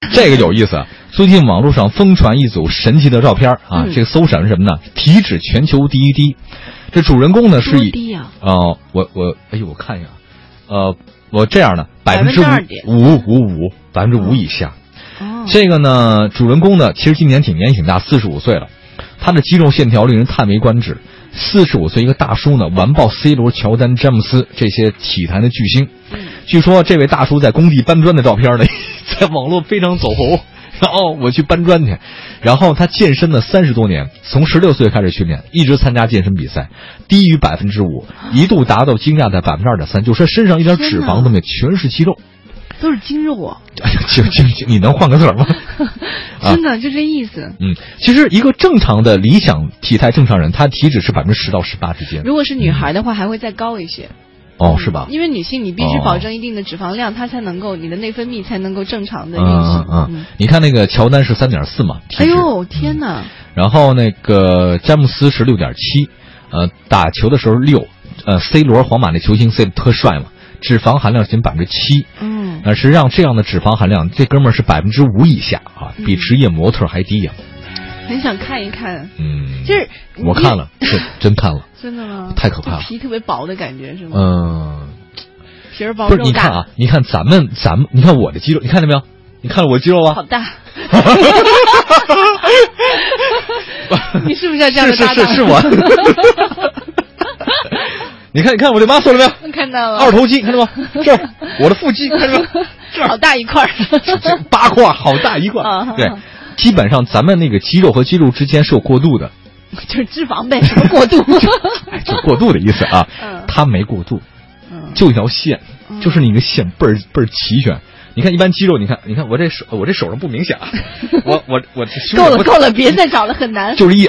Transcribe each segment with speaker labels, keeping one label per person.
Speaker 1: 这个有意思啊！最近网络上疯传一组神奇的照片儿啊，
Speaker 2: 嗯
Speaker 1: 这个搜什么什么呢？体脂全球第一低，这主人公呢是
Speaker 2: 多低
Speaker 1: 以
Speaker 2: 啊
Speaker 1: 呃，我我哎呦，我看一下，呃，我这样的百分之
Speaker 2: 2%点
Speaker 1: 五五五五百分之五以下。
Speaker 2: 哦，
Speaker 1: 这个呢，主人公呢，其实今年挺年纪挺大，四十五岁了，他的肌肉线条令人叹为观止。四十五岁一个大叔呢，完爆 C 罗、乔丹、詹姆斯这些体坛的巨星。
Speaker 2: 嗯
Speaker 1: 据说这位大叔在工地搬砖的照片呢， 在网络非常走红。然后我去搬砖去，然后他健身了三十多年，从十六岁开始训练，一直参加健身比赛，低于百分之五，一度达到惊讶的百分之二点三，就是身上一点脂肪都没有，全是肌肉。
Speaker 2: 都是精肉啊，
Speaker 1: 就就就你能换个字儿吗？啊
Speaker 2: 真的就这意思。
Speaker 1: 嗯，其实一个正常的理想体态正常人，他体脂是百分之十到十八之间。
Speaker 2: 如果是女孩的话，还会再高一些，
Speaker 1: 哦，是吧？
Speaker 2: 因为女性你必须
Speaker 1: 哦
Speaker 2: 保证一定的脂肪量，它才能够你的内分泌才能够正常的运
Speaker 1: 嗯
Speaker 2: 行。
Speaker 1: 嗯嗯，你看那个乔丹是三点四嘛，体
Speaker 2: 哎
Speaker 1: 脂。
Speaker 2: 呦天哪！
Speaker 1: 然后那个詹姆斯是六点七，呃，打球的时候六，呃，C 罗皇马那球星 C 特帅嘛，脂肪含量仅百分之七。
Speaker 2: 嗯，
Speaker 1: 那实际上这样的脂肪含量，这哥们儿是百分之五以下啊，比
Speaker 2: 嗯
Speaker 1: 职业模特儿还低呀、
Speaker 2: 很想看一看，
Speaker 1: 嗯，
Speaker 2: 就是
Speaker 1: 我看了，是真看 了，
Speaker 2: 真的吗？
Speaker 1: 太可怕了
Speaker 2: 就皮特别薄的感觉是吗？
Speaker 1: 嗯。
Speaker 2: 皮儿薄
Speaker 1: 不是，
Speaker 2: 哦肉
Speaker 1: 你看
Speaker 2: 大，
Speaker 1: 啊，你看咱们，咱们，你看我的肌肉，你看见没有？你看了我的肌肉
Speaker 2: 好
Speaker 1: 啊？
Speaker 2: 大。你是不是要这样
Speaker 1: 是
Speaker 2: 的
Speaker 1: 是
Speaker 2: 搭
Speaker 1: 是
Speaker 2: 档？
Speaker 1: 是我。 你看，你看我这 muscle 了没有？
Speaker 2: 看到了，
Speaker 1: 二头肌看到吗？这儿我的腹 肌看到吗？这
Speaker 2: 好
Speaker 1: 儿
Speaker 2: 大一块儿。
Speaker 1: 这八块儿好大一块
Speaker 2: 啊
Speaker 1: 儿
Speaker 2: 好，
Speaker 1: 对
Speaker 2: 好，
Speaker 1: 基本上咱们那个肌肉和肌肉之间是有过渡的，
Speaker 2: 就是脂肪呗，什么过度？
Speaker 1: 哎， 就过渡的意思啊
Speaker 2: 嗯。
Speaker 1: 它没过渡，
Speaker 2: 嗯，
Speaker 1: 就一条线，
Speaker 2: 嗯
Speaker 1: 就是你的线倍儿倍儿齐全。你看一般肌肉，你看你看我这手我这手上不明 显啊，我我我这胸
Speaker 2: 够
Speaker 1: 也
Speaker 2: 了
Speaker 1: 不
Speaker 2: 够了，别再找了，很 难。
Speaker 1: 就是一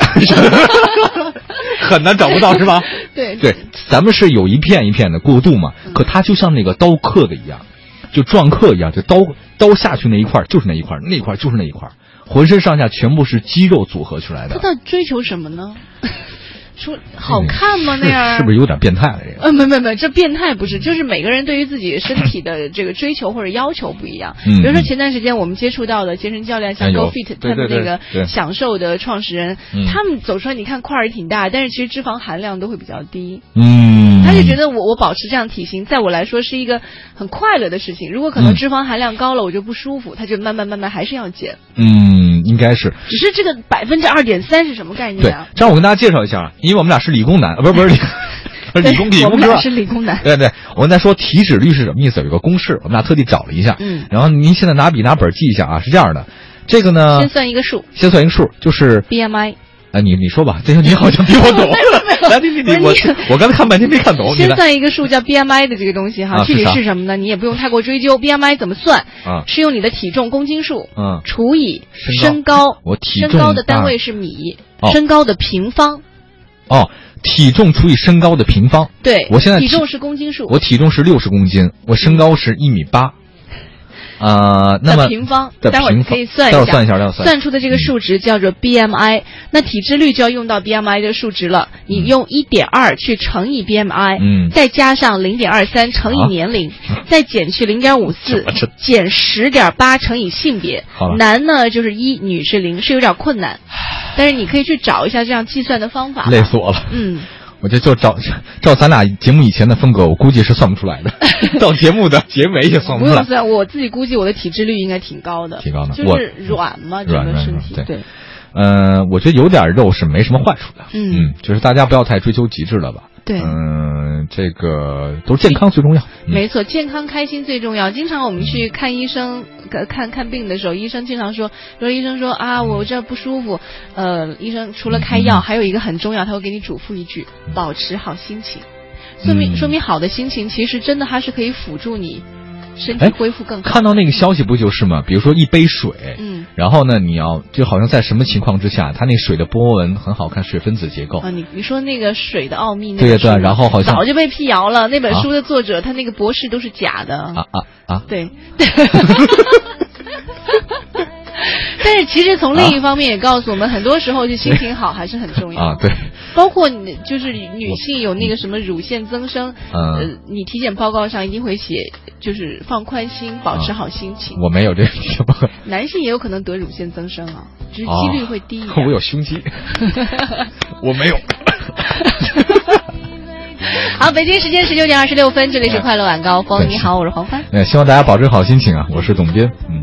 Speaker 1: 很难找不到是吧？
Speaker 2: 对
Speaker 1: 对，咱们是有一片一片的过渡嘛，可它就像那个刀刻的一样，就篆刻一样，就刀刀下去那一块儿就是那一块儿，那一块儿就是那一块儿，浑身上下全部是肌肉组合出来
Speaker 2: 他
Speaker 1: 的。嗯
Speaker 2: 到底追求什么呢？ 说好看吗？
Speaker 1: 是
Speaker 2: 那样
Speaker 1: 是不是？有点变态了？这个
Speaker 2: 呃，没没没，这变态不是，就是每个人对于自己身体的这个追求或者要求不一样。
Speaker 1: 嗯
Speaker 2: 比如说前段时间我们接触到的健身教练，像
Speaker 1: 哎有
Speaker 2: GoFit 他
Speaker 1: 对对
Speaker 2: 们
Speaker 1: 对
Speaker 2: 那个
Speaker 1: 对
Speaker 2: 享受的创始人
Speaker 1: 嗯，
Speaker 2: 他们走出来，你看块儿挺大，但是其实脂肪含量都会比较低。
Speaker 1: 嗯，
Speaker 2: 他就觉得我我保持这样体型，在我来说是一个很快乐的事情。如果可能
Speaker 1: 嗯
Speaker 2: 脂肪含量高了，我就不舒服，他就慢慢慢慢还是要减。
Speaker 1: 嗯，应该是
Speaker 2: 只是这个百分之二点三是什么概
Speaker 1: 对
Speaker 2: 念啊？。
Speaker 1: 这样我跟大家介绍一下啊，因为我们俩是理工男，啊不是不是理 不是理工理
Speaker 2: 我
Speaker 1: 工
Speaker 2: 们
Speaker 1: 科
Speaker 2: 俩
Speaker 1: 啊，
Speaker 2: 是理工男。
Speaker 1: 对对，我跟大家说体脂率是什么意思？有个公式，我们俩特地找了一下。
Speaker 2: 嗯
Speaker 1: 然后您现在拿笔拿本记一下啊，是这样的，这个呢，
Speaker 2: 先算一个数
Speaker 1: 先算一个数，就是
Speaker 2: ，BMI。
Speaker 1: 啊，你你说吧，这个你好像比我懂。 来，你你你，我
Speaker 2: 不是
Speaker 1: 我刚才看半天没看懂，你
Speaker 2: 先
Speaker 1: 来
Speaker 2: 算一个数叫 BMI 的这个东西哈，
Speaker 1: 哦啊
Speaker 2: 具体
Speaker 1: 是啥
Speaker 2: 是什么呢？你也不用太过追究。BMI 怎么算？
Speaker 1: 啊，
Speaker 2: 是用你的体重公斤数
Speaker 1: 嗯
Speaker 2: 除以
Speaker 1: 身
Speaker 2: 身高，
Speaker 1: 我体
Speaker 2: 身
Speaker 1: 重
Speaker 2: 高的单
Speaker 1: 大
Speaker 2: 位是米
Speaker 1: 哦，
Speaker 2: 身高的平方。
Speaker 1: 哦，体重除以身高的平方。
Speaker 2: 对，
Speaker 1: 我现在
Speaker 2: 体
Speaker 1: 体
Speaker 2: 重是公斤数，
Speaker 1: 我体重是六十公斤，我身高是一米八，啊，那
Speaker 2: 嗯的
Speaker 1: 么
Speaker 2: 平方，
Speaker 1: 的
Speaker 2: 待会儿
Speaker 1: 平
Speaker 2: 可以
Speaker 1: 方
Speaker 2: 算一
Speaker 1: 待会儿算
Speaker 2: 下，
Speaker 1: 一下待会儿算一下
Speaker 2: 出的这个数值叫做 BMI，那体脂率就要用到 BMI 的数值了，你用一点二去乘以 BMI，
Speaker 1: 嗯
Speaker 2: 再加上零点二三乘以
Speaker 1: 啊
Speaker 2: 年龄，再减去零点五四
Speaker 1: 这，
Speaker 2: 减十点八乘以性别
Speaker 1: 好，了
Speaker 2: 男呢就是一，女是零，是有点困难，但是你可以去找一下这样计算的方法。
Speaker 1: 累死我了。
Speaker 2: 嗯，
Speaker 1: 我这就照照咱俩节目以前的风格，我估计是算不出 来的，到节目的结尾也算
Speaker 2: 不
Speaker 1: 出来
Speaker 2: 用。算，我自己估计我的体脂率应该挺高的，
Speaker 1: 挺高的
Speaker 2: 就
Speaker 1: 我
Speaker 2: 是软嘛，整
Speaker 1: 软
Speaker 2: 个
Speaker 1: 软
Speaker 2: 身
Speaker 1: 软
Speaker 2: 体
Speaker 1: 对呃，我觉得有点肉是没什么坏处的。
Speaker 2: 嗯
Speaker 1: 就是大家不要太追求极致了吧。
Speaker 2: 对
Speaker 1: 嗯、这个都健康最重要。嗯
Speaker 2: 没错，健康开心最重要。经常我们去看医生、呃看看病的时候，医生经常说，比如医生说啊，我这不舒服，呃，医生除了开药，还有一个很重要，他会给你嘱咐一句，保持好心情。说明
Speaker 1: 嗯
Speaker 2: 说明好的心情，其实真的它是可以辅助你身体
Speaker 1: 哎
Speaker 2: 恢复更好。
Speaker 1: 看到那个消息不就是吗？比如说一杯水，
Speaker 2: 嗯，
Speaker 1: 然后呢，你要就好像在什么情况之下，它那水的波纹很好看，水分子结构。
Speaker 2: 啊，你你说那个水的奥秘那
Speaker 1: 对呀
Speaker 2: 本书
Speaker 1: 对呀然后好像
Speaker 2: 早就被辟谣了。那本
Speaker 1: 啊
Speaker 2: 书的作者、他那个博士都是假的
Speaker 1: 啊啊啊！
Speaker 2: 对。但是其实从另一方面也告诉我们，很多时候就心情好还是很重要
Speaker 1: 啊，对，
Speaker 2: 包括你就是女性有那个什么乳腺增生，
Speaker 1: 嗯
Speaker 2: 呃，你体检报告上一定会写就是放宽心，保持好心情。
Speaker 1: 我没有这个什么，
Speaker 2: 男性也有可能得乳腺增生啊，只是几率会低一点。
Speaker 1: 哦 我有胸 肌，我没有。
Speaker 2: 好，北京时
Speaker 1: 哎
Speaker 2: 间十九点二十六分，这里是快乐晚高峰。你好，我是黄帆。
Speaker 1: 哎，希望大家保持好心情啊！我是董斌，嗯。